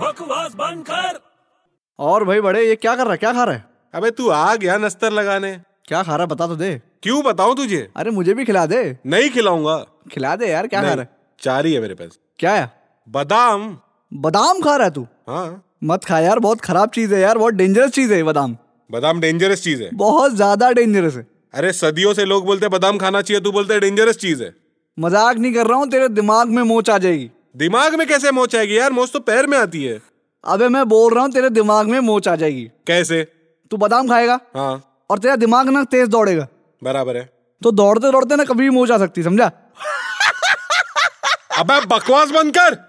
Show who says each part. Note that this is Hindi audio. Speaker 1: बकवास बंद कर
Speaker 2: और भाई बड़े ये क्या कर रहा है क्या खा रहा है
Speaker 3: अबे तू आ गया नस्तर लगाने
Speaker 2: क्या खा रहा है बता तो दे
Speaker 3: क्यों बताऊं तुझे
Speaker 2: अरे मुझे भी खिला दे
Speaker 3: नहीं खिलाऊंगा
Speaker 2: खिला दे यार क्या खा रहा
Speaker 3: नहीं,
Speaker 2: है
Speaker 3: चार ही है मेरे पास
Speaker 2: क्या है
Speaker 3: बादाम
Speaker 2: बादाम खा रहा है तू
Speaker 3: हाँ
Speaker 2: मत खा यार बहुत खराब चीज है यार बहुत डेंजरस चीज है ये बादाम
Speaker 3: बादाम डेंजरस चीज है
Speaker 2: बहुत ज्यादा डेंजरस है
Speaker 3: अरे सदियों से लोग बोलते हैं बादाम खाना चाहिए तू बोलते डेंजरस चीज है
Speaker 2: मजाक नहीं कर रहा हूँ तेरे दिमाग में मोच आ जाएगी
Speaker 3: दिमाग में कैसे मोच आएगी यार मोच तो पैर में आती है
Speaker 2: अबे मैं बोल रहा हूँ तेरे दिमाग में मोच आ जाएगी
Speaker 3: कैसे
Speaker 2: तू बादाम खाएगा
Speaker 3: हाँ
Speaker 2: और तेरा दिमाग ना तेज दौड़ेगा
Speaker 3: बराबर है
Speaker 2: तो दौड़ते दौड़ते ना कभी भी मोच आ सकती समझा
Speaker 3: अब बकवास बंद कर